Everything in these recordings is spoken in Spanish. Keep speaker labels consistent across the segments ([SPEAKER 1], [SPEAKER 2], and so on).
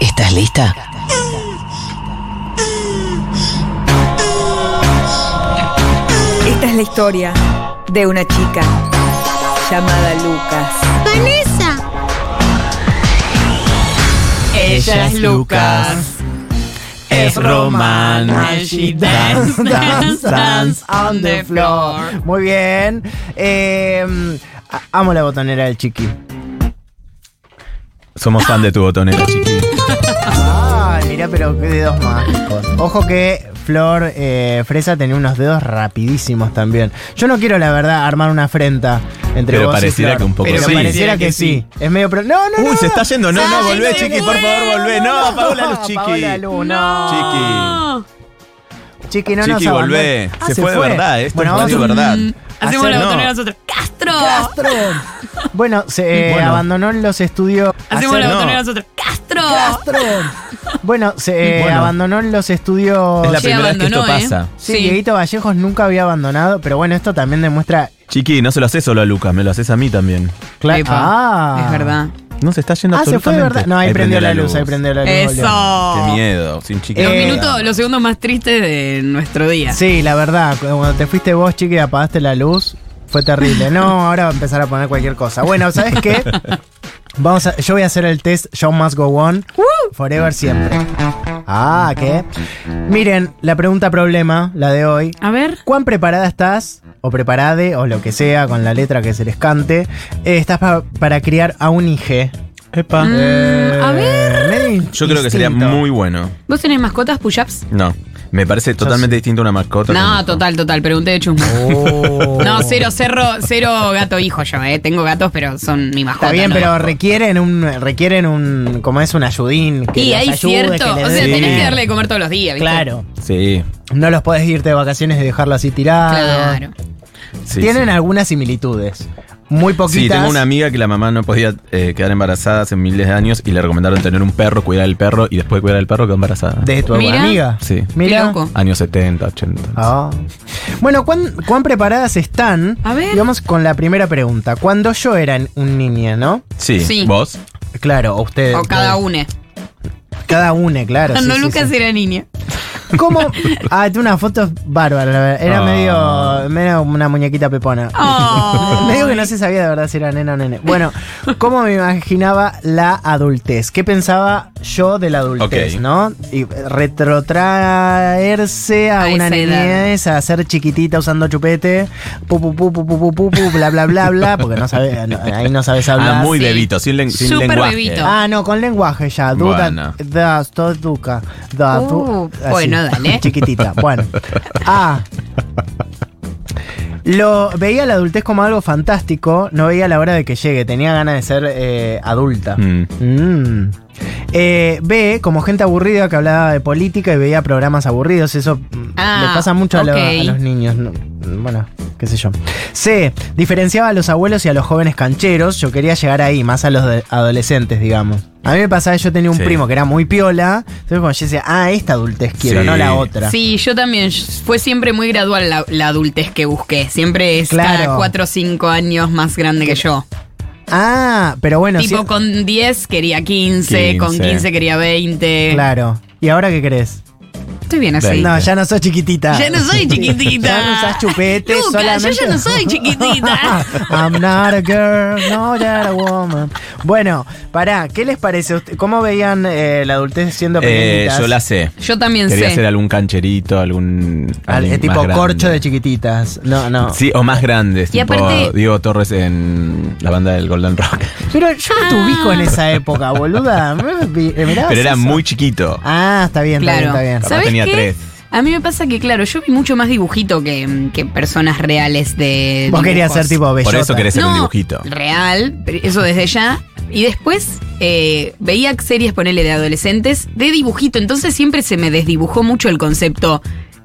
[SPEAKER 1] ¿Estás lista?
[SPEAKER 2] Esta es la historia de una chica llamada Lucas.
[SPEAKER 3] Vanessa.
[SPEAKER 4] Ella es Lucas. Es Roman. And she dance, dance, dance on the floor.
[SPEAKER 5] Muy bien. Eh, a- amo la botonera del chiqui.
[SPEAKER 6] Somos fan de tu botonera, chiqui.
[SPEAKER 5] Ay, mirá, pero qué dedos mágicos. Ojo que Flor eh, Fresa tenía unos dedos rapidísimos también. Yo no quiero, la verdad, armar una afrenta entre
[SPEAKER 6] Pero
[SPEAKER 5] vos y
[SPEAKER 6] pareciera
[SPEAKER 5] Flor.
[SPEAKER 6] que un poco
[SPEAKER 5] Pero
[SPEAKER 6] sí.
[SPEAKER 5] pareciera que, sí. Es medio... Pro... No, no,
[SPEAKER 6] Uy,
[SPEAKER 5] no.
[SPEAKER 6] se está yendo. No, no,
[SPEAKER 5] Ay,
[SPEAKER 6] volvé,
[SPEAKER 5] no,
[SPEAKER 6] chiqui,
[SPEAKER 5] no,
[SPEAKER 6] por favor,
[SPEAKER 5] no,
[SPEAKER 6] volvé. No, Paola Luz, chiqui.
[SPEAKER 5] Paola Luz, no.
[SPEAKER 6] Chiqui.
[SPEAKER 4] Oh.
[SPEAKER 5] Chiqui, no
[SPEAKER 6] Chiqui,
[SPEAKER 5] nos
[SPEAKER 6] volvé.
[SPEAKER 5] abandone. Ah,
[SPEAKER 6] se, fue de verdad, esto
[SPEAKER 5] bueno,
[SPEAKER 6] es
[SPEAKER 5] vamos
[SPEAKER 6] radio verdad.
[SPEAKER 4] Mm. Hacemos
[SPEAKER 5] Hacer-
[SPEAKER 4] la
[SPEAKER 6] no.
[SPEAKER 4] botonera nosotros. ¡Castro!
[SPEAKER 5] Bueno, se eh,
[SPEAKER 6] Bueno.
[SPEAKER 5] abandonó los estudios.
[SPEAKER 4] Hacemos
[SPEAKER 6] Hacer-
[SPEAKER 4] la
[SPEAKER 6] no.
[SPEAKER 4] botonera nosotros. ¡Castro!
[SPEAKER 5] Bueno, se eh,
[SPEAKER 6] Bueno.
[SPEAKER 5] abandonó los estudios.
[SPEAKER 6] Es la
[SPEAKER 4] Sí,
[SPEAKER 6] primera vez que esto
[SPEAKER 4] abandonó, ¿eh?
[SPEAKER 6] pasa.
[SPEAKER 5] Sí,
[SPEAKER 4] Sí.
[SPEAKER 5] Dieguito Vallejos nunca había abandonado, pero bueno, esto también demuestra.
[SPEAKER 6] Chiqui, no se lo haces solo a Lucas, me lo haces a mí también.
[SPEAKER 5] Cla-
[SPEAKER 4] Epa,
[SPEAKER 5] Ah.
[SPEAKER 4] Es verdad.
[SPEAKER 6] No se está yendo
[SPEAKER 5] Ah, se fue de
[SPEAKER 6] absolutamente.
[SPEAKER 5] verdad. No, ahí, prendió la luz, ahí prendió la luz. volvió.
[SPEAKER 4] Eso.
[SPEAKER 6] Qué miedo, sin chiqui.
[SPEAKER 4] Los
[SPEAKER 5] Eh,
[SPEAKER 4] minutos, los segundos más tristes de nuestro día.
[SPEAKER 5] Sí, la verdad, cuando te fuiste vos, chiqui, y apagaste la luz, fue terrible. No, ahora va a empezar a poner cualquier cosa. Bueno, ¿sabes qué? Vamos a, yo voy a hacer el test Show Must Go On. Forever siempre. Ah, ¿qué? Miren, la pregunta problema, la de hoy.
[SPEAKER 4] A ver.
[SPEAKER 5] ¿Cuán preparada estás, o preparade, o lo que sea, con la letra que se les cante, eh, estás pa- para criar a un Eh, hijo?
[SPEAKER 6] Epa.
[SPEAKER 4] Mm, a ver.
[SPEAKER 6] Yo creo que sería muy bueno.
[SPEAKER 4] ¿Vos tenés mascotas push-ups?
[SPEAKER 6] No, me parece totalmente distinto una mascota. que un
[SPEAKER 4] No,
[SPEAKER 6] hijo.
[SPEAKER 4] total, total. Pregunté de chusma.
[SPEAKER 5] Oh.
[SPEAKER 4] No, cero cerro, cero gato hijo yo, eh. Tengo gatos, pero son mi mascota.
[SPEAKER 5] Está bien,
[SPEAKER 4] ¿no?
[SPEAKER 5] pero requieren un, requieren un, como es un ayudín. Que
[SPEAKER 4] Y
[SPEAKER 5] los
[SPEAKER 4] hay
[SPEAKER 5] ayude,
[SPEAKER 4] cierto.
[SPEAKER 5] que les
[SPEAKER 4] O
[SPEAKER 5] dé de
[SPEAKER 4] sea, tenés que
[SPEAKER 5] comer.
[SPEAKER 4] darle de comer todos los días, ¿viste?
[SPEAKER 5] Claro.
[SPEAKER 6] Sí,
[SPEAKER 5] No los podés irte de vacaciones y dejarlo así tirado.
[SPEAKER 4] Claro.
[SPEAKER 6] sí.
[SPEAKER 5] Tienen
[SPEAKER 6] sí.
[SPEAKER 5] algunas similitudes. Muy poquitas.
[SPEAKER 6] Sí, tengo una amiga que la mamá no podía eh, quedar embarazada hace miles de años y le recomendaron tener un perro, cuidar al perro y después de cuidar al perro quedó embarazada.
[SPEAKER 5] De tu
[SPEAKER 4] Mira.
[SPEAKER 5] amiga.
[SPEAKER 6] Sí. Qué
[SPEAKER 5] Mira.
[SPEAKER 4] loco.
[SPEAKER 6] Años 70, 80.
[SPEAKER 5] Ah. Bueno, ¿cuán, cuán preparadas están?
[SPEAKER 4] A ver.
[SPEAKER 5] Digamos con la primera pregunta. Cuando yo era un niño, ¿no?
[SPEAKER 6] Sí.
[SPEAKER 4] Sí.
[SPEAKER 6] ¿Vos?
[SPEAKER 5] Eh, Claro, o ustedes.
[SPEAKER 4] O cada uno.
[SPEAKER 5] Cada uno, claro. sí,
[SPEAKER 4] Cuando
[SPEAKER 5] sí,
[SPEAKER 4] Lucas
[SPEAKER 5] sí.
[SPEAKER 4] era niña.
[SPEAKER 5] ¿Cómo? Ah, tiene una foto bárbara. la verdad. Era
[SPEAKER 6] Ah.
[SPEAKER 5] medio, medio una muñequita pepona.
[SPEAKER 4] Oh.
[SPEAKER 5] medio que no se sabía de verdad si era nena o nene. Bueno, ¿cómo me imaginaba la adultez? ¿Qué pensaba yo de la adultez,
[SPEAKER 6] Ok.
[SPEAKER 5] no? Y retrotraerse a,
[SPEAKER 4] A
[SPEAKER 5] una
[SPEAKER 4] esa edad.
[SPEAKER 5] niñez, a ser chiquitita usando chupete, pu, pu, pu, pu, pu, pu, pu, pu, bla, bla, bla, bla, porque no sabe, no- ahí no sabes hablar.
[SPEAKER 6] Ah, muy
[SPEAKER 4] sí.
[SPEAKER 6] bebito, sin, len- sin
[SPEAKER 4] Súper
[SPEAKER 6] lenguaje.
[SPEAKER 4] bebito.
[SPEAKER 5] Ah, no, con lenguaje ya. Duda,
[SPEAKER 6] Bueno.
[SPEAKER 5] das, todo duca. da, du-
[SPEAKER 4] Uh,
[SPEAKER 5] así.
[SPEAKER 4] bueno, dale.
[SPEAKER 5] Chiquitita. Bueno. Ah. Lo veía la adultez como algo fantástico, no veía la hora de que llegue, tenía ganas de ser eh, adulta.
[SPEAKER 6] Mm.
[SPEAKER 5] Mm. Eh, B, como gente aburrida que hablaba de política y veía programas aburridos, eso mm,
[SPEAKER 4] Ah,
[SPEAKER 5] le pasa mucho a lo- a,
[SPEAKER 4] ok.
[SPEAKER 5] los niños. ¿no? Mm, Bueno, qué sé yo. C, diferenciaba a los abuelos y a los jóvenes cancheros, yo quería llegar ahí, más a los de- adolescentes, digamos. A mí me pasaba, yo tenía un
[SPEAKER 6] Sí.
[SPEAKER 5] primo que era muy piola, entonces cuando yo decía, ah, esta adultez quiero,
[SPEAKER 6] Sí.
[SPEAKER 5] no la otra.
[SPEAKER 4] Sí, yo también. Fue siempre muy gradual la, la adultez que busqué. Siempre es
[SPEAKER 5] Claro.
[SPEAKER 4] cada 4 o 5 años más grande que yo.
[SPEAKER 5] Ah, pero bueno,
[SPEAKER 4] tipo,
[SPEAKER 5] sí-
[SPEAKER 4] con 10 quería 15, con
[SPEAKER 6] 15.
[SPEAKER 4] 15 quería 20.
[SPEAKER 5] claro. ¿Y ahora qué crees?
[SPEAKER 4] Estoy bien así.
[SPEAKER 6] Veinte.
[SPEAKER 5] No, ya no sos chiquitita.
[SPEAKER 4] Ya no soy chiquitita.
[SPEAKER 5] Ya no usás chupete,
[SPEAKER 4] Lucas,
[SPEAKER 5] solamente-
[SPEAKER 4] yo ya no soy chiquitita.
[SPEAKER 5] I'm not a girl, no, you're a woman. Bueno, pará, ¿qué les parece? a usted- ¿Cómo veían eh, la adultez siendo
[SPEAKER 6] Eh,
[SPEAKER 5] pequeñitas?
[SPEAKER 6] yo la sé.
[SPEAKER 4] Yo también
[SPEAKER 6] Quería
[SPEAKER 4] sé.
[SPEAKER 6] ser algún cancherito, algún.
[SPEAKER 5] Al-
[SPEAKER 6] alguien
[SPEAKER 5] eh, tipo
[SPEAKER 6] más grande.
[SPEAKER 5] corcho de chiquititas. No, no.
[SPEAKER 6] Sí, o más grandes.
[SPEAKER 4] Y
[SPEAKER 6] tipo
[SPEAKER 4] aparte-
[SPEAKER 6] Diego Torres en la banda del Golden Rock.
[SPEAKER 5] Pero yo no te
[SPEAKER 4] Ah.
[SPEAKER 5] ubico en esa época, boluda. Eh, Mirá,
[SPEAKER 6] Pero era muy chiquito.
[SPEAKER 5] Ah, está bien, está bien,
[SPEAKER 4] Claro.
[SPEAKER 5] está bien.
[SPEAKER 6] Capaz
[SPEAKER 4] ¿Sabés
[SPEAKER 6] tenía
[SPEAKER 4] qué?
[SPEAKER 6] tres.
[SPEAKER 4] A mí me pasa que, claro, yo vi mucho más dibujito que, que personas reales de.
[SPEAKER 5] Vos querías
[SPEAKER 4] dibujos.
[SPEAKER 5] ser tipo bellota.
[SPEAKER 6] Por eso querés ser
[SPEAKER 4] No,
[SPEAKER 6] un dibujito.
[SPEAKER 4] Real, pero eso desde ya. Y después eh, veía series, ponele, de adolescentes, de dibujito. Entonces siempre se me desdibujó mucho el concepto.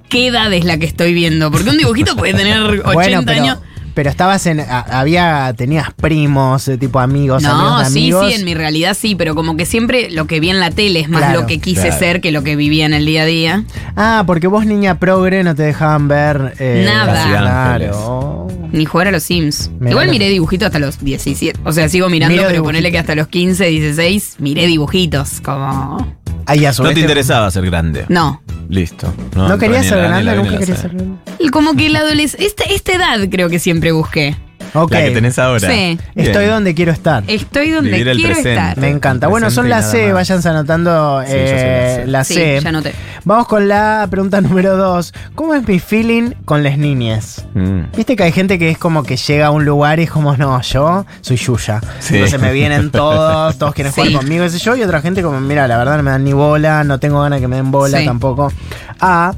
[SPEAKER 4] ¿Qué edad es la que estoy viendo? Porque un dibujito puede tener 80
[SPEAKER 5] Bueno, pero,
[SPEAKER 4] años.
[SPEAKER 5] pero estabas en. a- Había. Tenías primos, eh, tipo amigos, amigos,
[SPEAKER 4] No,
[SPEAKER 5] de
[SPEAKER 4] sí,
[SPEAKER 5] amigos.
[SPEAKER 4] sí, en mi realidad sí, pero como que siempre lo que vi en la tele es más
[SPEAKER 5] Claro,
[SPEAKER 4] lo que quise
[SPEAKER 6] claro.
[SPEAKER 4] ser que lo que vivía en el día a día.
[SPEAKER 5] Ah, porque vos, niña progre, no te dejaban ver. eh,
[SPEAKER 4] Nada.
[SPEAKER 6] Casi Ángeles.
[SPEAKER 5] Claro.
[SPEAKER 4] Ni jugar a los Sims.
[SPEAKER 5] Mirá
[SPEAKER 4] Igual
[SPEAKER 5] lo-
[SPEAKER 4] miré dibujito hasta los 17. O sea, sigo mirando,
[SPEAKER 5] Miro
[SPEAKER 4] pero
[SPEAKER 5] dibujito.
[SPEAKER 4] ponele que hasta los 15, 16 miré dibujitos. Como.
[SPEAKER 5] Ahí a su
[SPEAKER 6] No
[SPEAKER 5] vez
[SPEAKER 6] te interesaba ser grande.
[SPEAKER 4] No.
[SPEAKER 6] Listo.
[SPEAKER 5] No, querías
[SPEAKER 6] ni
[SPEAKER 5] ser
[SPEAKER 6] la-
[SPEAKER 5] grande,
[SPEAKER 6] ni la- ni la
[SPEAKER 5] nunca querías
[SPEAKER 6] sé.
[SPEAKER 5] ser grande.
[SPEAKER 4] Y como que la adolescencia. Esta, esta edad creo que siempre busqué.
[SPEAKER 5] Ok.
[SPEAKER 6] La que tenés ahora.
[SPEAKER 4] Sí.
[SPEAKER 6] Bien.
[SPEAKER 5] Estoy donde quiero estar.
[SPEAKER 4] Estoy donde
[SPEAKER 6] Vivir el
[SPEAKER 4] quiero
[SPEAKER 6] presente.
[SPEAKER 4] estar.
[SPEAKER 5] Me encanta. Bueno, son las
[SPEAKER 6] Presente y
[SPEAKER 5] C,
[SPEAKER 6] nada más.
[SPEAKER 5] váyanse anotando
[SPEAKER 6] Sí, yo soy
[SPEAKER 5] eh,
[SPEAKER 6] la C.
[SPEAKER 5] la
[SPEAKER 4] sí,
[SPEAKER 5] C.
[SPEAKER 4] ya noté.
[SPEAKER 5] Vamos con la pregunta número 2. ¿Cómo es mi feeling con las niñas?
[SPEAKER 6] Mm.
[SPEAKER 5] Viste que hay gente que es como que llega a un lugar y es como, no, yo soy Yuya.
[SPEAKER 6] Sí.
[SPEAKER 5] Entonces me vienen todos, todos quieren
[SPEAKER 4] Sí.
[SPEAKER 5] jugar conmigo, ese yo. Y otra gente como, mira, la verdad no me dan ni bola, no tengo ganas que me den bola
[SPEAKER 4] Sí.
[SPEAKER 5] tampoco. A,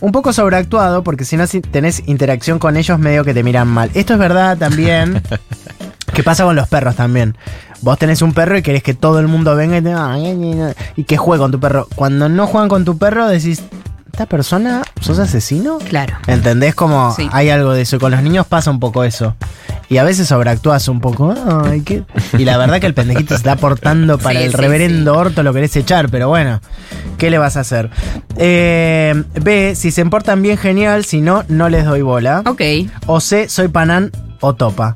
[SPEAKER 5] un poco sobreactuado, porque si no si tenés interacción con ellos, medio que te miran mal. Esto es verdad también. ¿Qué pasa con los perros también? Vos tenés un perro y querés que todo el mundo venga y, te- ay, ay, ay, y que juegue con tu perro. Cuando no juegan con tu perro, decís, ¿esta persona sos asesino?
[SPEAKER 4] Claro.
[SPEAKER 5] ¿Entendés? Como
[SPEAKER 4] Sí.
[SPEAKER 5] hay algo de eso. Con los niños pasa un poco eso. Y a veces sobreactúas un poco. Ay, qué- Y la verdad que el pendejito se está portando para
[SPEAKER 4] Sí,
[SPEAKER 5] el
[SPEAKER 4] sí,
[SPEAKER 5] reverendo orto, lo querés echar, pero bueno, ¿qué le vas a hacer? Eh, B, si se portan bien, genial. Si no, no les doy bola.
[SPEAKER 4] Ok.
[SPEAKER 5] O C, soy panán o topa.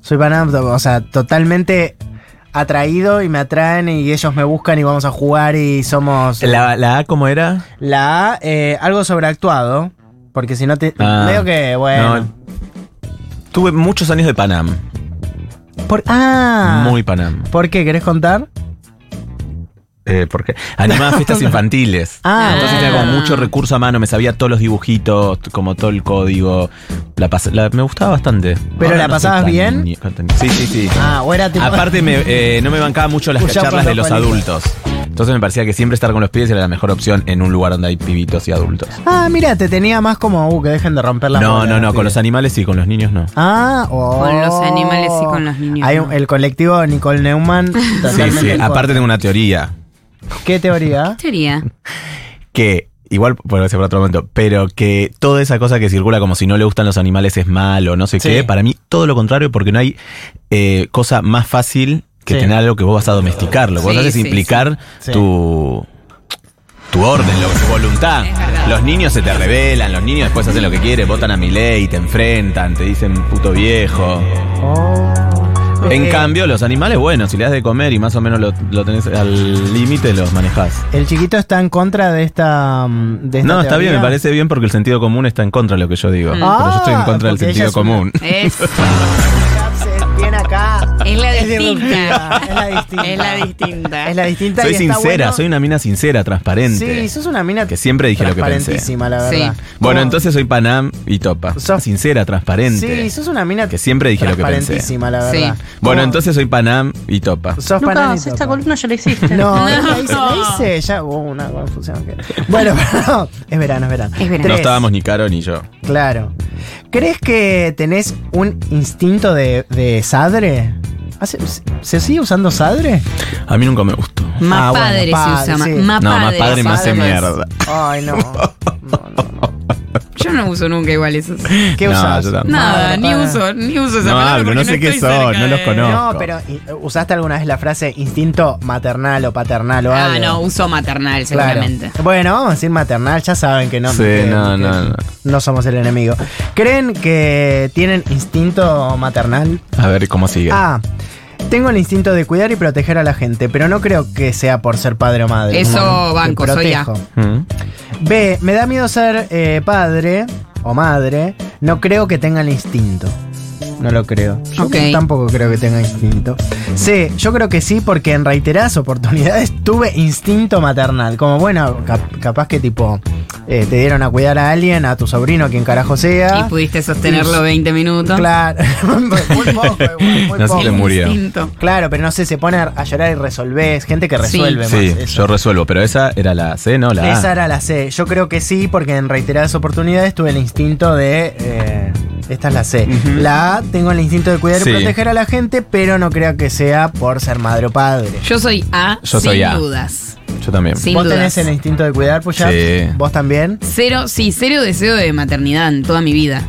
[SPEAKER 5] Soy panán, to- o sea, totalmente atraído y me atraen y ellos me buscan y vamos a jugar y somos...
[SPEAKER 6] La, la A, ¿cómo era?
[SPEAKER 5] La A, eh, algo sobreactuado. Porque si no te.
[SPEAKER 6] Ah.
[SPEAKER 5] Veo que, bueno.
[SPEAKER 6] No. Tuve muchos años de Panam.
[SPEAKER 5] Por- ah.
[SPEAKER 6] Muy Panam.
[SPEAKER 5] ¿Por qué? ¿Querés contar?
[SPEAKER 6] Eh, porque animaba fiestas infantiles.
[SPEAKER 5] Ah.
[SPEAKER 6] Entonces tenía como mucho recurso a mano, me sabía todos los dibujitos, t- como todo el código. La pas- la- me gustaba bastante.
[SPEAKER 5] ¿Pero
[SPEAKER 6] Ahora
[SPEAKER 5] la
[SPEAKER 6] no soy
[SPEAKER 5] pasabas
[SPEAKER 6] tan
[SPEAKER 5] bien?
[SPEAKER 6] niño- tan- Sí, sí, sí.
[SPEAKER 5] Ah, o era tipo.
[SPEAKER 6] Aparte me, eh, no me bancaba mucho las
[SPEAKER 5] Escuchá
[SPEAKER 6] charlas de
[SPEAKER 5] por
[SPEAKER 6] los
[SPEAKER 5] los palitos.
[SPEAKER 6] adultos. Entonces me parecía que siempre estar con los pibes era la mejor opción en un lugar donde hay pibitos y adultos.
[SPEAKER 5] Ah, mira, te tenía más como. Uh, que dejen de romper la
[SPEAKER 6] No,
[SPEAKER 5] bola,
[SPEAKER 6] no, no, con
[SPEAKER 5] pibes.
[SPEAKER 6] los animales sí, con los niños no.
[SPEAKER 5] Ah, oh.
[SPEAKER 4] Con los animales y con los niños,
[SPEAKER 5] Hay
[SPEAKER 4] no.
[SPEAKER 5] un- el colectivo Nicole Neumann.
[SPEAKER 6] Sí, sí.
[SPEAKER 5] totalmente
[SPEAKER 6] Aparte tengo una teoría
[SPEAKER 5] con- ¿Qué teoría?
[SPEAKER 4] Sería.
[SPEAKER 6] que igual puede ser para otro momento, pero que toda esa cosa que circula como si no le gustan los animales es malo, no sé
[SPEAKER 5] Sí.
[SPEAKER 6] qué, para mí todo lo contrario porque no hay eh, cosa más fácil que
[SPEAKER 5] Sí.
[SPEAKER 6] tener algo que vos vas a domesticarlo, vos
[SPEAKER 4] Sí,
[SPEAKER 6] haces
[SPEAKER 4] sí,
[SPEAKER 6] implicar
[SPEAKER 5] sí. Sí.
[SPEAKER 6] tu tu orden, lo- tu voluntad. Los niños se te rebelan, los niños después hacen lo que quieren, votan a mi ley, te enfrentan, te dicen puto viejo.
[SPEAKER 5] Oh.
[SPEAKER 6] En
[SPEAKER 5] Eh,
[SPEAKER 6] cambio, los animales, bueno, si le das de comer y más o menos lo, lo tenés al límite, los manejás.
[SPEAKER 5] El chiquito está en contra de esta. mm, De esta
[SPEAKER 6] No, está bien, me
[SPEAKER 5] teoría.
[SPEAKER 6] parece bien porque el sentido común está en contra de lo que yo digo. pero yo estoy en
[SPEAKER 5] Ah,
[SPEAKER 6] contra del
[SPEAKER 5] porque ella
[SPEAKER 6] sentido
[SPEAKER 5] es una-
[SPEAKER 6] común.
[SPEAKER 4] Es,
[SPEAKER 5] Ah, Bien acá.
[SPEAKER 4] es la
[SPEAKER 5] Es disruptiva,
[SPEAKER 4] distinta.
[SPEAKER 5] es la distinta.
[SPEAKER 4] Es la distinta.
[SPEAKER 5] Es la distinta.
[SPEAKER 6] Soy
[SPEAKER 5] y está
[SPEAKER 6] sincera,
[SPEAKER 5] bueno.
[SPEAKER 6] soy una mina sincera, transparente.
[SPEAKER 5] Sí, sos una mina
[SPEAKER 6] Que siempre dije lo que pensé.
[SPEAKER 5] transparentísima, la
[SPEAKER 4] Sí.
[SPEAKER 5] verdad.
[SPEAKER 6] Bueno,
[SPEAKER 5] Como-
[SPEAKER 6] entonces soy Panam y Topa.
[SPEAKER 5] Sos-
[SPEAKER 6] sincera, transparente.
[SPEAKER 5] Sí, sos una mina
[SPEAKER 6] Que siempre dije lo que pensé.
[SPEAKER 5] transparentísima, la
[SPEAKER 4] Sí.
[SPEAKER 5] verdad.
[SPEAKER 6] Bueno,
[SPEAKER 5] Como-
[SPEAKER 6] entonces soy Panam y Topa.
[SPEAKER 5] Sos
[SPEAKER 1] Lucas,
[SPEAKER 5] pananito,
[SPEAKER 1] esta
[SPEAKER 5] pa.
[SPEAKER 1] columna ya la hiciste.
[SPEAKER 5] No, La, hice, la hice, ya hubo una confusión. que- Bueno, pero es verano, es verano.
[SPEAKER 4] Es verano.
[SPEAKER 6] No
[SPEAKER 5] Tres,
[SPEAKER 6] estábamos ni Caro ni yo.
[SPEAKER 5] Claro. ¿Crees que tenés un instinto de, de sadre? ¿Hace- ¿Se, se sigue usando sadre?
[SPEAKER 6] A mí nunca me gustó.
[SPEAKER 4] Más
[SPEAKER 5] Ah, bueno,
[SPEAKER 4] padre
[SPEAKER 5] padre,
[SPEAKER 4] se usa.
[SPEAKER 5] sí.
[SPEAKER 4] Más
[SPEAKER 6] No, más
[SPEAKER 4] padre.
[SPEAKER 6] padre me hace
[SPEAKER 5] Padre.
[SPEAKER 6] mierda.
[SPEAKER 5] Ay, no. No, no.
[SPEAKER 4] Yo no uso nunca igual esos.
[SPEAKER 5] ¿Qué
[SPEAKER 6] No,
[SPEAKER 5] usás?
[SPEAKER 6] yo tampoco.
[SPEAKER 4] Nada,
[SPEAKER 5] Madre,
[SPEAKER 4] ni
[SPEAKER 5] padre.
[SPEAKER 4] uso, ni uso esa
[SPEAKER 6] No
[SPEAKER 4] palabra
[SPEAKER 6] hablo,
[SPEAKER 4] porque
[SPEAKER 6] no sé qué
[SPEAKER 4] estoy
[SPEAKER 6] son,
[SPEAKER 4] cerca
[SPEAKER 6] no los
[SPEAKER 4] de-
[SPEAKER 6] conozco.
[SPEAKER 5] No, pero ¿y- ¿usaste alguna vez la frase instinto maternal o paternal o algo?
[SPEAKER 4] Ah, no, uso maternal
[SPEAKER 5] Claro.
[SPEAKER 4] seguramente.
[SPEAKER 5] Bueno, vamos a decir maternal, ya saben que no.
[SPEAKER 6] Sí,
[SPEAKER 5] que-
[SPEAKER 6] no,
[SPEAKER 5] que
[SPEAKER 6] no, no.
[SPEAKER 5] no somos el enemigo. ¿Creen que tienen instinto maternal?
[SPEAKER 6] A ver cómo sigue.
[SPEAKER 5] Ah, tengo el instinto de cuidar y proteger a la gente, pero no creo que sea por ser padre o madre.
[SPEAKER 4] Eso,
[SPEAKER 5] Como que
[SPEAKER 4] banco, soy A.
[SPEAKER 5] protejo.
[SPEAKER 6] Mm.
[SPEAKER 5] B, me da miedo ser eh, padre o madre, no creo que tenga el instinto. No lo creo. Yo
[SPEAKER 4] Ok.
[SPEAKER 5] tampoco creo que tenga instinto. C, yo creo que sí porque en reiteradas oportunidades tuve instinto maternal. Como, bueno, cap- capaz que tipo, eh, te dieron a cuidar a alguien, a tu sobrino, quien carajo sea.
[SPEAKER 4] Y pudiste sostenerlo 20 minutos.
[SPEAKER 5] Ah. Claro, muy poco, muy, muy
[SPEAKER 6] No se
[SPEAKER 5] poco.
[SPEAKER 6] te murió.
[SPEAKER 4] Instinto.
[SPEAKER 5] Claro, pero no sé, se pone a llorar y resolvés. Gente que
[SPEAKER 4] Sí.
[SPEAKER 5] resuelve
[SPEAKER 6] Sí,
[SPEAKER 5] más. eso.
[SPEAKER 6] yo resuelvo, pero esa era la C, ¿no? La A.
[SPEAKER 5] Esa era la C. Yo creo que sí, porque en reiteradas oportunidades tuve el instinto de. eh, esta es la C. La A, tengo el instinto de cuidar
[SPEAKER 6] Sí.
[SPEAKER 5] y proteger a la gente, pero no creo que sea por ser madre o padre.
[SPEAKER 4] Yo soy A,
[SPEAKER 6] Yo
[SPEAKER 4] sin
[SPEAKER 6] soy A.
[SPEAKER 4] dudas.
[SPEAKER 6] Yo también.
[SPEAKER 4] Sin
[SPEAKER 5] ¿Vos
[SPEAKER 4] dudas.
[SPEAKER 5] tenés el instinto de cuidar, pues ya?
[SPEAKER 6] Sí.
[SPEAKER 5] ¿Vos también?
[SPEAKER 4] Cero, sí, cero deseo de maternidad en toda mi vida.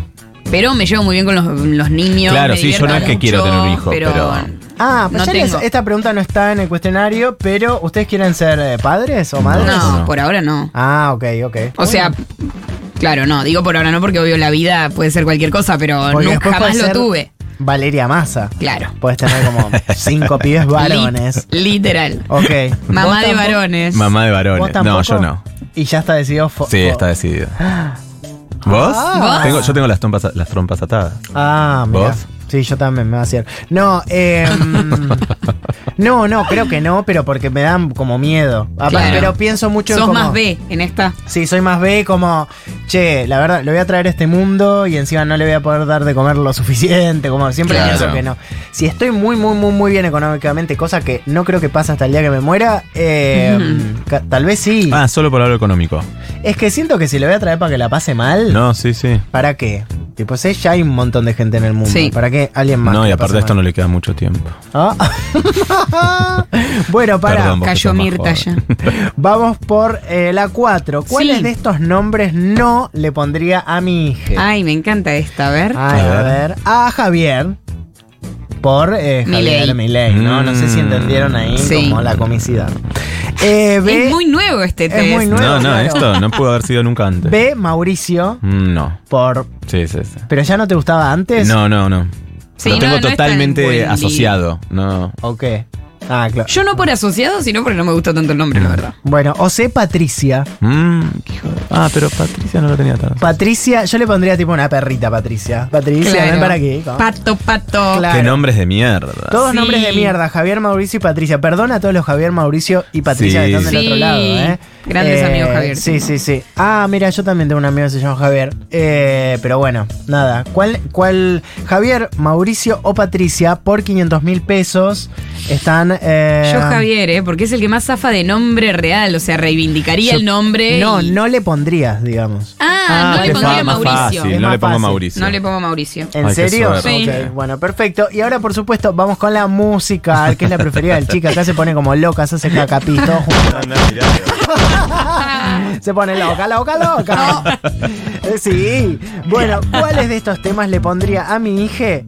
[SPEAKER 4] Pero me llevo muy bien con los, los niños.
[SPEAKER 6] Claro,
[SPEAKER 4] me
[SPEAKER 6] sí, yo no
[SPEAKER 4] divierto
[SPEAKER 6] es que quiero tener un hijo, pero-
[SPEAKER 5] Ah, pues
[SPEAKER 4] No
[SPEAKER 5] ya les-
[SPEAKER 4] tengo.
[SPEAKER 5] esta pregunta no está en el cuestionario, pero ¿ustedes quieren ser eh, padres o madres?
[SPEAKER 4] No,
[SPEAKER 6] No.
[SPEAKER 4] por ahora no.
[SPEAKER 5] Ah, ok, ok.
[SPEAKER 4] O sea, claro, no, digo por ahora no porque obvio la vida puede ser cualquier cosa, pero
[SPEAKER 5] Porque
[SPEAKER 4] nunca
[SPEAKER 5] después puede
[SPEAKER 4] jamás lo
[SPEAKER 5] ser-
[SPEAKER 4] tuve.
[SPEAKER 5] Valeria Massa.
[SPEAKER 4] Claro.
[SPEAKER 5] Puedes tener como cinco pibes varones.
[SPEAKER 4] Lit- literal.
[SPEAKER 5] Ok.
[SPEAKER 4] Mamá
[SPEAKER 5] ¿Vos
[SPEAKER 4] de
[SPEAKER 5] tampoco-
[SPEAKER 4] varones.
[SPEAKER 6] Mamá de
[SPEAKER 5] ¿Vos
[SPEAKER 6] varones. No,
[SPEAKER 5] tampoco?
[SPEAKER 6] yo no.
[SPEAKER 5] Y ya está decidido. fo-
[SPEAKER 6] Sí,
[SPEAKER 5] fo-
[SPEAKER 6] está decidido. ¿Vos?
[SPEAKER 5] Ah.
[SPEAKER 6] Tengo- yo tengo las trompas, a- las trompas atadas.
[SPEAKER 5] Ah, mira.
[SPEAKER 6] ¿Vos?
[SPEAKER 5] Sí, yo también me va a hacer. No, eh, no, no, creo que no, pero porque me dan como miedo. Apa-
[SPEAKER 4] Claro.
[SPEAKER 5] Pero pienso mucho en
[SPEAKER 4] Sos
[SPEAKER 5] como-
[SPEAKER 4] más B en esta.
[SPEAKER 5] Sí, soy más B, como, che, la verdad, lo voy a traer a este mundo y encima no le voy a poder dar de comer lo suficiente, como siempre
[SPEAKER 6] Claro.
[SPEAKER 5] pienso que no. Si estoy muy, muy, muy, muy bien económicamente, cosa que no creo que pase hasta el día que me muera, eh, ca- tal vez sí.
[SPEAKER 6] Ah, solo por algo económico.
[SPEAKER 5] Es que siento que si le voy a traer para que la pase mal,
[SPEAKER 6] No, sí, sí.
[SPEAKER 5] ¿para qué? Tipo, sé, ya hay un montón de gente en el mundo.
[SPEAKER 4] Sí.
[SPEAKER 5] ¿Para qué alguien más?
[SPEAKER 6] No,
[SPEAKER 5] que
[SPEAKER 6] y
[SPEAKER 5] la
[SPEAKER 6] aparte
[SPEAKER 5] pase
[SPEAKER 6] a esto
[SPEAKER 5] mal?
[SPEAKER 6] no le queda mucho tiempo.
[SPEAKER 5] Ah. bueno, para.
[SPEAKER 6] Perdón, vos que
[SPEAKER 4] Cayó
[SPEAKER 6] sos más
[SPEAKER 4] Mirta
[SPEAKER 6] joven.
[SPEAKER 5] Vamos por eh, la 4. ¿Cuáles
[SPEAKER 4] Sí.
[SPEAKER 5] de estos nombres no le pondría a mi hija?
[SPEAKER 4] Ay, me encanta esta, a ver.
[SPEAKER 5] Ay,
[SPEAKER 6] A
[SPEAKER 5] a ver. A Javier. Por eh, Javier
[SPEAKER 4] Milei.
[SPEAKER 5] Milei, ¿no? No sé si
[SPEAKER 6] Mm.
[SPEAKER 5] entendieron ahí
[SPEAKER 4] Sí.
[SPEAKER 5] como la comicidad. Eh, B,
[SPEAKER 4] es muy nuevo este
[SPEAKER 5] es
[SPEAKER 4] test.
[SPEAKER 5] muy nuevo.
[SPEAKER 6] No, no,
[SPEAKER 5] claro.
[SPEAKER 6] esto no pudo haber sido nunca antes.
[SPEAKER 5] B, Mauricio.
[SPEAKER 6] Mm, No.
[SPEAKER 5] Por.
[SPEAKER 6] Sí, sí, sí.
[SPEAKER 5] ¿Pero ya no te gustaba antes?
[SPEAKER 6] No, no, no.
[SPEAKER 4] Sí,
[SPEAKER 6] Lo
[SPEAKER 4] no,
[SPEAKER 6] tengo
[SPEAKER 4] no es tan buen
[SPEAKER 6] totalmente
[SPEAKER 4] lead.
[SPEAKER 6] asociado. No.
[SPEAKER 5] ¿O qué? Ah, claro.
[SPEAKER 4] Yo no por asociado, sino porque no me gusta tanto el nombre, la verdad.
[SPEAKER 5] Bueno, o C, Patricia.
[SPEAKER 6] Mm, hijo de- Ah, pero Patricia no lo tenía tan.
[SPEAKER 5] Patricia, yo le pondría tipo una perrita, Patricia. Patricia, ven
[SPEAKER 4] Claro.
[SPEAKER 5] para aquí. ¿no?
[SPEAKER 4] Pato, pato.
[SPEAKER 5] Claro.
[SPEAKER 6] Qué nombres de mierda.
[SPEAKER 5] Todos
[SPEAKER 4] Sí.
[SPEAKER 5] nombres de mierda, Javier, Mauricio y Patricia. Perdona a todos los Javier, Mauricio y Patricia
[SPEAKER 6] Sí.
[SPEAKER 5] que están del
[SPEAKER 4] Sí.
[SPEAKER 5] otro lado, ¿eh?
[SPEAKER 4] Grandes
[SPEAKER 5] Eh,
[SPEAKER 4] amigos, Javier,
[SPEAKER 5] Sí,
[SPEAKER 4] tengo.
[SPEAKER 5] sí, sí. Ah, mira, yo también tengo un amigo que se llama Javier. Eh, pero bueno, nada. ¿Cuál, cuál Javier, Mauricio o Patricia por 500 mil pesos están... eh,
[SPEAKER 4] Yo Javier, ¿eh? Porque es el que más zafa de nombre real, o sea, reivindicaría
[SPEAKER 5] Yo-
[SPEAKER 4] el nombre.
[SPEAKER 5] No,
[SPEAKER 4] y-
[SPEAKER 5] no le pondrías, digamos.
[SPEAKER 4] Ah,
[SPEAKER 5] Ah,
[SPEAKER 4] no le
[SPEAKER 5] es
[SPEAKER 4] pondría
[SPEAKER 5] más
[SPEAKER 4] Mauricio.
[SPEAKER 5] Es
[SPEAKER 6] Fácil, no
[SPEAKER 5] más
[SPEAKER 6] le pongo
[SPEAKER 5] fácil.
[SPEAKER 6] Mauricio.
[SPEAKER 4] No le pongo Mauricio.
[SPEAKER 5] ¿En
[SPEAKER 6] Ay, qué
[SPEAKER 5] serio?
[SPEAKER 6] suerte.
[SPEAKER 4] Sí.
[SPEAKER 5] Ok, bueno, perfecto. Y ahora, por supuesto, vamos con la música, que es la preferida del chica. Acá se pone como loca, se hace cacapí, todo junto.
[SPEAKER 6] No, no, mirá,
[SPEAKER 5] Se pone loca, loca, loca. Eh, Sí. Bueno, ¿cuáles de estos temas le pondría a mi hija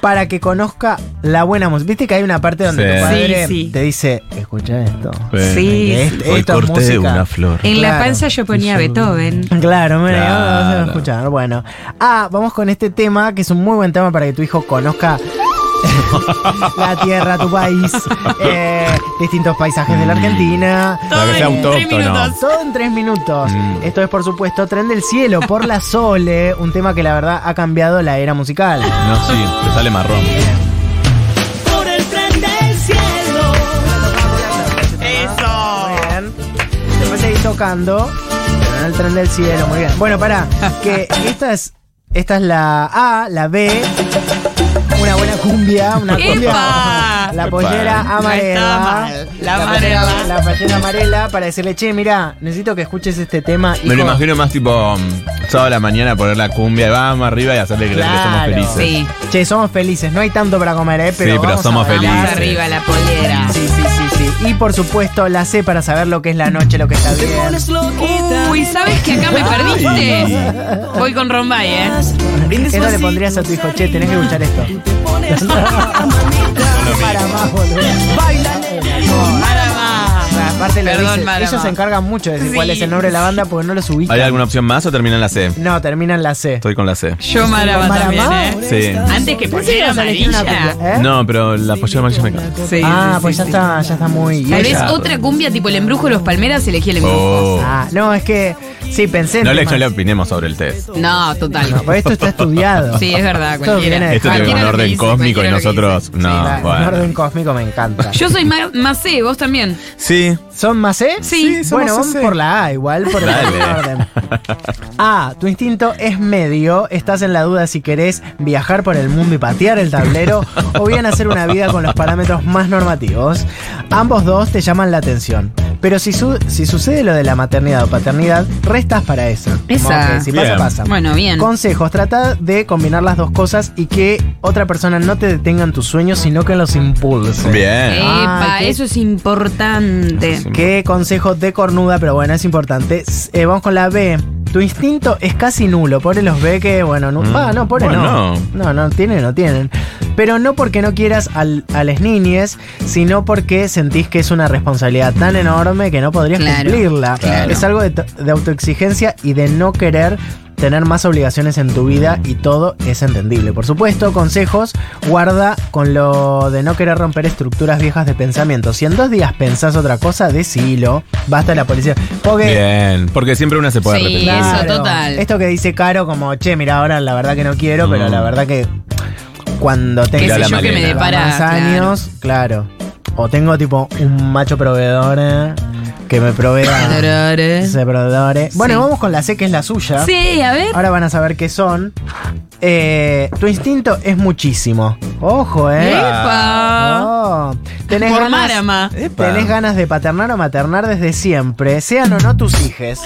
[SPEAKER 5] para que conozca la buena música? Viste que hay una parte donde
[SPEAKER 6] Sí.
[SPEAKER 5] tu padre
[SPEAKER 4] Sí, sí.
[SPEAKER 5] te dice, escucha esto.
[SPEAKER 4] Sí,
[SPEAKER 6] Sí.
[SPEAKER 5] Que
[SPEAKER 4] sí.
[SPEAKER 5] est-
[SPEAKER 6] Hoy
[SPEAKER 5] esto es
[SPEAKER 6] corté
[SPEAKER 5] música.
[SPEAKER 6] una flor.
[SPEAKER 4] En la
[SPEAKER 5] Claro.
[SPEAKER 4] panza yo ponía Beethoven.
[SPEAKER 5] Claro, mira, ahora vas a
[SPEAKER 6] Claro.
[SPEAKER 5] escuchar. Bueno. Ah, vamos con este tema, que es un muy buen tema para que tu hijo conozca. la tierra, tu país, eh, distintos paisajes de la Argentina.
[SPEAKER 6] Para Mm. que sea
[SPEAKER 4] Ay, tres
[SPEAKER 6] autóctono.
[SPEAKER 4] minutos.
[SPEAKER 5] Todo en tres minutos.
[SPEAKER 6] Mm.
[SPEAKER 5] Esto es, por supuesto, Tren del Cielo por la Sole, un tema que la verdad ha cambiado la era musical.
[SPEAKER 6] No, sí, te sale marrón.
[SPEAKER 1] por el tren del cielo.
[SPEAKER 5] Muy
[SPEAKER 4] Oh.
[SPEAKER 5] bien. Después seguís tocando. pero no El Tren del Cielo, muy bien. Bueno, pará, que esta es, esta es la A, la B. Una buena cumbia, una cumbia.
[SPEAKER 4] ¡Epa!
[SPEAKER 5] La pollera
[SPEAKER 6] No
[SPEAKER 5] amarela.
[SPEAKER 4] mal, la
[SPEAKER 5] pollera-
[SPEAKER 4] amarela.
[SPEAKER 5] La pollera amarela para decirle, che, mira, necesito que escuches este tema.
[SPEAKER 6] Me lo
[SPEAKER 5] hijo".
[SPEAKER 6] imagino más tipo mm, sábado a la mañana poner la cumbia y vamos arriba y hacerle creer
[SPEAKER 5] Claro.
[SPEAKER 6] que somos felices.
[SPEAKER 4] Sí.
[SPEAKER 5] Che, somos felices, no hay tanto para comer, ¿eh? Pero
[SPEAKER 6] Sí, pero
[SPEAKER 5] vamos
[SPEAKER 6] somos
[SPEAKER 5] a bailar.
[SPEAKER 4] Vamos
[SPEAKER 6] Felices.
[SPEAKER 4] arriba la polera.
[SPEAKER 5] Sí, sí, sí, sí. Y por supuesto, la C para saber lo que es la noche, lo que está bien.
[SPEAKER 4] Uy, ¿sabes que acá me perdiste? Voy con Rombay, ¿eh?
[SPEAKER 5] Eso le pondrías a tu hijo, che, tenés que escuchar esto. Para más, boludo.
[SPEAKER 4] Maramá.
[SPEAKER 5] Aparte lo
[SPEAKER 4] Perdón,
[SPEAKER 5] dice-
[SPEAKER 4] Maramá.
[SPEAKER 5] ellos se encargan mucho de decir
[SPEAKER 4] Sí.
[SPEAKER 5] cuál es el nombre de la banda porque no los ubican.
[SPEAKER 6] ¿Hay alguna opción más o termina en la C?
[SPEAKER 5] No, termina en la C.
[SPEAKER 6] Estoy con la C.
[SPEAKER 4] Yo Marama también,
[SPEAKER 5] Maramá,
[SPEAKER 4] ¿eh?
[SPEAKER 6] Sí.
[SPEAKER 4] Antes
[SPEAKER 5] Pensé que
[SPEAKER 4] que poner
[SPEAKER 5] ibas a elegir una
[SPEAKER 4] amarilla.
[SPEAKER 5] cumbia, ¿eh?
[SPEAKER 6] No, pero la pollera amarilla me encanta.
[SPEAKER 4] Sí,
[SPEAKER 5] Ah,
[SPEAKER 4] sí,
[SPEAKER 5] pues
[SPEAKER 4] sí,
[SPEAKER 5] ya
[SPEAKER 4] sí.
[SPEAKER 5] está, ya está muy.
[SPEAKER 4] Tal vez
[SPEAKER 5] ella-
[SPEAKER 4] otra cumbia tipo el embrujo de los palmeras elegí el embrujo.
[SPEAKER 6] Oh.
[SPEAKER 5] Ah, no, es que. Sí, pensé en
[SPEAKER 6] No le,
[SPEAKER 5] temas.
[SPEAKER 6] no le opinemos sobre el test.
[SPEAKER 4] No, total.
[SPEAKER 5] No, pues esto está estudiado.
[SPEAKER 4] Sí, es verdad,
[SPEAKER 5] Esto viene
[SPEAKER 4] cualquiera.
[SPEAKER 5] de
[SPEAKER 6] Esto tiene un
[SPEAKER 4] Cualquiera lo que
[SPEAKER 6] orden
[SPEAKER 4] dice,
[SPEAKER 6] cósmico y
[SPEAKER 4] cualquiera lo que
[SPEAKER 6] nosotros.
[SPEAKER 4] dice.
[SPEAKER 6] No,
[SPEAKER 5] La-
[SPEAKER 6] bueno.
[SPEAKER 5] Un orden cósmico me encanta.
[SPEAKER 4] Yo soy más, más C, vos también.
[SPEAKER 6] Sí.
[SPEAKER 5] ¿Son más C?
[SPEAKER 4] Sí, E. somos
[SPEAKER 5] Bueno, vamos
[SPEAKER 6] C.
[SPEAKER 5] por la A igual, por el
[SPEAKER 6] Dale.
[SPEAKER 5] orden. A, tu instinto es medio, estás en la duda si querés viajar por el mundo y patear el tablero o bien hacer una vida con los parámetros más normativos. Ambos dos te llaman la atención. Pero si, su- si sucede lo de la maternidad o paternidad, restas para eso.
[SPEAKER 4] Esa.
[SPEAKER 5] Como que si pasa,
[SPEAKER 6] Bien.
[SPEAKER 5] pasa.
[SPEAKER 4] Bueno, bien.
[SPEAKER 5] Consejos, trata de combinar las dos cosas y que otra persona no te detenga en tus sueños, sino que los impulse.
[SPEAKER 6] Bien.
[SPEAKER 4] Epa,
[SPEAKER 5] Ah, qué-
[SPEAKER 4] eso es importante.
[SPEAKER 5] Qué consejo de cornuda, pero bueno, es importante. S- eh, vamos con la B. Tu instinto es casi nulo. Pobre los B que, bueno, no,
[SPEAKER 6] Mm.
[SPEAKER 5] ah, no, pobre
[SPEAKER 6] Bueno.
[SPEAKER 5] no. No, no, tienen, no tienen. Pero no porque no quieras al- a las niñes, sino porque sentís que es una responsabilidad tan enorme que no podrías
[SPEAKER 4] Claro,
[SPEAKER 5] cumplirla.
[SPEAKER 6] claro.
[SPEAKER 5] Es algo de, to- de autoexigencia y de no querer tener más obligaciones en tu vida y todo es entendible. Por supuesto, consejos, guarda con lo de no querer romper estructuras viejas de pensamiento. Si en dos días pensás otra cosa, decilo. Basta la policía. Porque
[SPEAKER 6] Bien, porque siempre una se puede
[SPEAKER 4] Sí,
[SPEAKER 6] arrepentir.
[SPEAKER 4] eso. total.
[SPEAKER 5] Esto que dice Caro como, che, mira, ahora la verdad que no quiero, pero
[SPEAKER 6] Mm.
[SPEAKER 5] la verdad que cuando
[SPEAKER 4] Qué
[SPEAKER 5] tenga
[SPEAKER 6] sé yo, que me
[SPEAKER 4] depara,
[SPEAKER 5] más
[SPEAKER 4] claro.
[SPEAKER 5] años, claro. O tengo tipo un macho proveedor eh, que me provea.
[SPEAKER 4] Tararara.
[SPEAKER 5] ese proveedor, eh. Bueno,
[SPEAKER 4] Sí.
[SPEAKER 5] vamos con la C que es la suya.
[SPEAKER 4] Sí, a ver.
[SPEAKER 5] Ahora van a saber qué son. Eh, tu instinto es muchísimo. Ojo, eh.
[SPEAKER 4] ¡Epa!
[SPEAKER 5] Oh. Tenés
[SPEAKER 4] Por
[SPEAKER 5] ganas-
[SPEAKER 4] Marama.
[SPEAKER 6] Epa.
[SPEAKER 5] Tenés ganas de paternar o maternar desde siempre, sean o no tus hijes.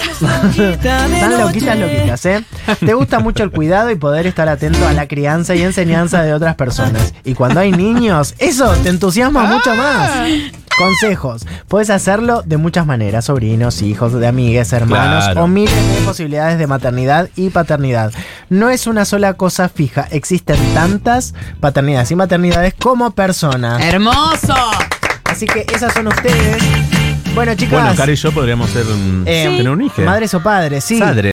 [SPEAKER 5] Están loquitas, loquitas, ¿eh? Te gusta mucho el cuidado y poder estar atento a la crianza y enseñanza de otras personas. Y cuando hay niños, eso te entusiasma mucho más. Consejos. Puedes hacerlo de muchas maneras, sobrinos, hijos, de amigues, hermanos
[SPEAKER 6] Claro.
[SPEAKER 5] o miles de posibilidades de maternidad y paternidad. No es una sola cosa fija, existen tantas paternidades y maternidades como personas.
[SPEAKER 4] Eh. ¡Hermoso!
[SPEAKER 5] Así que esas son ustedes. Bueno, chicas.
[SPEAKER 6] Bueno, Caro y yo podríamos ser un,
[SPEAKER 5] eh,
[SPEAKER 6] tener un hijo.
[SPEAKER 5] Madres o padres, sí.
[SPEAKER 6] Sadre.